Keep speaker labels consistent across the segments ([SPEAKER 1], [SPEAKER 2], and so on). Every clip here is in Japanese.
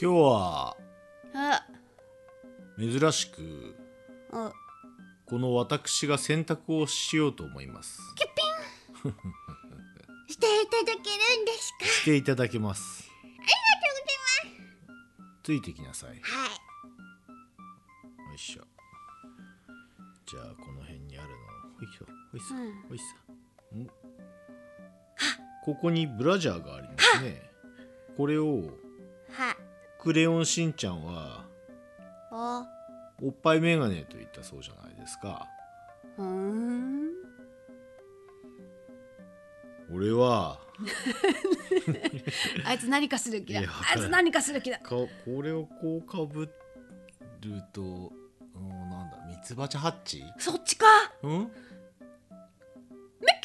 [SPEAKER 1] 今日は
[SPEAKER 2] あ
[SPEAKER 1] 珍しく
[SPEAKER 2] あ
[SPEAKER 1] この私が洗濯をしようと思います
[SPEAKER 2] していただけるんですか
[SPEAKER 1] していただけますありがとうございますついてきなさい
[SPEAKER 2] はい
[SPEAKER 1] よいしょじゃあこの辺にあるのほいしょほいさ、
[SPEAKER 2] うん
[SPEAKER 1] ほいさんここにブラジャーがありますねこれを
[SPEAKER 2] はい
[SPEAKER 1] クレヨンしんちゃんは
[SPEAKER 2] お
[SPEAKER 1] おっぱいメガネと言ったそうじゃないですか
[SPEAKER 2] ふーん
[SPEAKER 1] 俺は
[SPEAKER 2] あいつ何かする気だ
[SPEAKER 1] いやわか
[SPEAKER 2] あ
[SPEAKER 1] ら
[SPEAKER 2] い
[SPEAKER 1] ん
[SPEAKER 2] つ何かする気だ
[SPEAKER 1] かこれをこうかぶるとうんなんだミツバチハッチ
[SPEAKER 2] そっちか
[SPEAKER 1] うん
[SPEAKER 2] ミッ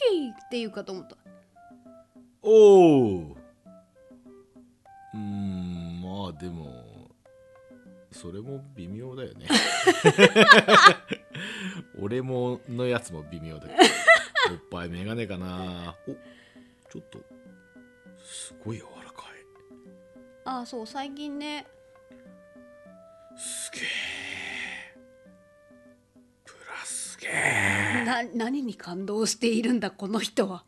[SPEAKER 2] キーっていうかと思った
[SPEAKER 1] おおうーんまあでもそれも微妙だよね俺ものやつも微妙だけどおっぱいメガネかなおちょっとすごい柔らかい
[SPEAKER 2] あそう最近ね
[SPEAKER 1] すげえプラスげえ
[SPEAKER 2] な何に感動しているんだこの人は